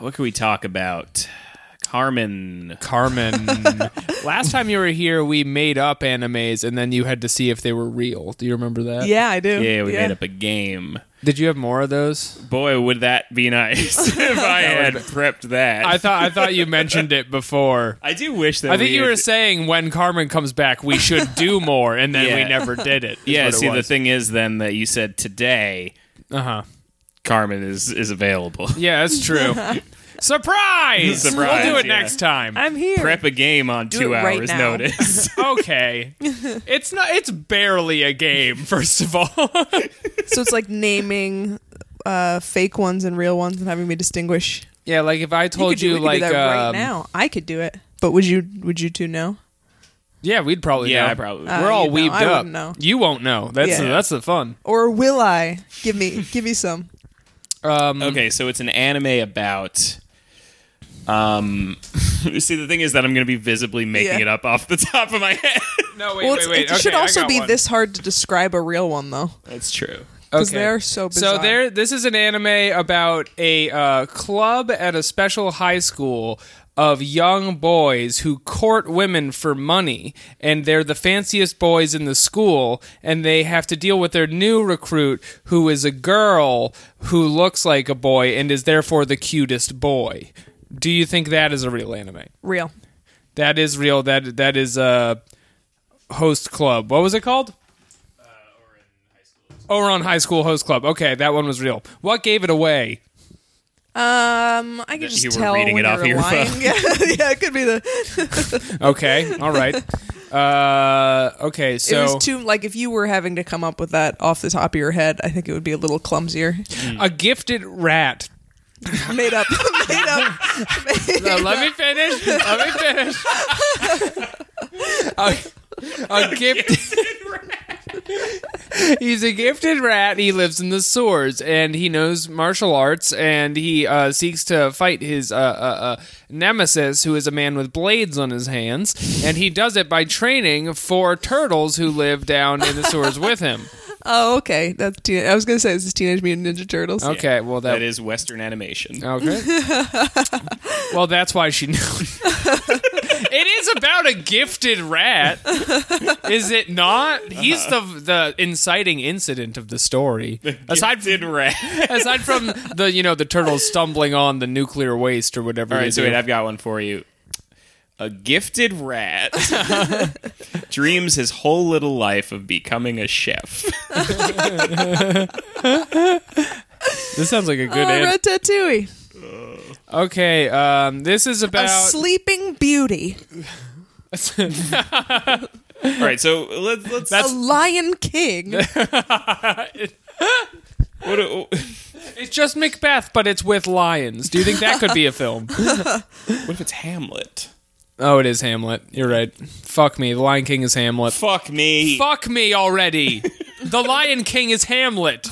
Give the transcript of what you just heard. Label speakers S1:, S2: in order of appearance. S1: What can we talk about? Carmen.
S2: Carmen. Last time you were here, we made up animes, and then you had to see if they were real. Do you remember that?
S3: Yeah, I do.
S1: Yeah, we made up a game.
S2: Did you have more of those?
S1: Boy, would that be nice if I had prepped that.
S2: I thought I thought you mentioned it before.
S1: I do wish that
S2: I think
S1: we
S2: you were
S1: had-
S2: saying when Carmen comes back, we should do more, and then we
S1: Yeah.
S2: never did it.
S1: Yeah, see, the thing is then that you said today
S2: Uh huh.
S1: Carmen is, is available.
S2: Yeah, that's true. Surprise!
S1: Surprise,
S2: We'll do it
S1: yeah.
S2: next time.
S3: I'm here.
S1: Prep a game on
S3: Do
S1: two
S3: it right
S1: hours
S3: now.
S1: notice.
S2: okay. It's not. It's barely a game. First of all.
S3: So it's like naming uh, fake ones and real ones and having me distinguish.
S2: yeah, like if I told
S3: could do-
S2: you,
S3: we could
S2: like
S3: do that right
S2: um,
S3: now. I could do it, but would you? Would you two know?
S2: Yeah, we'd probably.
S1: Yeah,
S2: know.
S1: I probably would.
S2: We're all
S3: you'd Uh, know.
S2: weaved
S3: I
S2: up.
S3: wouldn't know.
S2: You won't know. That's
S3: Yeah.
S2: the, that's the fun.
S3: Or will I? Give me, give me some.
S2: Um,
S1: okay, so it's an anime about. Um, see, the thing is that I'm going to be visibly making
S3: Yeah.
S1: it up off the top of my head.
S2: No, wait, wait,
S3: Well, it's-
S2: wait.
S3: it should
S2: Okay, I
S3: also
S2: got
S3: be
S2: one.
S3: this hard to describe a real one though,
S1: That's true.
S3: because
S2: Okay.
S3: they are so bizarre.
S2: So there, this is an anime about a uh, club at a special high school of young boys who court women for money, and they're the fanciest boys in the school, and they have to deal with their new recruit, who is a girl who looks like a boy and is therefore the cutest boy. Do you think that is a real anime?
S3: real.
S2: That is real. That that is a host club. What was it called? Oron High School Host Club. Okay, that one was real. What gave it away?
S3: Um, I could
S1: That
S3: just
S1: you were
S3: tell
S1: reading
S3: when
S1: it off
S3: you're
S1: your
S3: lying.
S1: phone.
S3: yeah, yeah, it could be the.
S2: Okay, all right. Uh, okay,
S3: it
S2: so
S3: was too like if you were having to come up with that off the top of your head, I think it would be a little clumsier.
S2: a gifted rat.
S3: made up, made up.
S2: Uh, let me finish. Let me finish. a, a gifted. He's a gifted rat. He lives in the swords, and he knows martial arts, and he uh, seeks to fight his uh, uh, uh, nemesis, who is a man with blades on his hands, and he does it by training four turtles who live down in the swords with him.
S3: Oh, okay. That's teen- I was gonna say it's Teenage Mutant Ninja Turtles.
S2: Okay, well that, Uh,
S1: That is Western animation.
S2: okay. well, that's why she knew. it is about a gifted rat, is it not? He's the the inciting incident of the story. Aside
S1: Gifted rat.
S2: aside from the you know the turtles stumbling on the nuclear waste or whatever.
S1: All
S2: they
S1: right, so
S2: do.
S1: wait, I've got one for you. A gifted rat dreams his whole little life of becoming a chef.
S2: this sounds like a
S3: Oh,
S2: good. end.
S3: Ratatouille,
S2: okay, um, this is
S3: a
S2: about.
S3: sleeping beauty,
S1: All right, so let's let's
S3: a lion king.
S1: what do,
S2: it's just Macbeth, but it's with lions. Do you think that could be a film?
S1: what if it's Hamlet?
S2: oh, it is Hamlet. You're right. Fuck me. The Lion King is Hamlet.
S1: Fuck me.
S2: Fuck me already. the Lion King is Hamlet.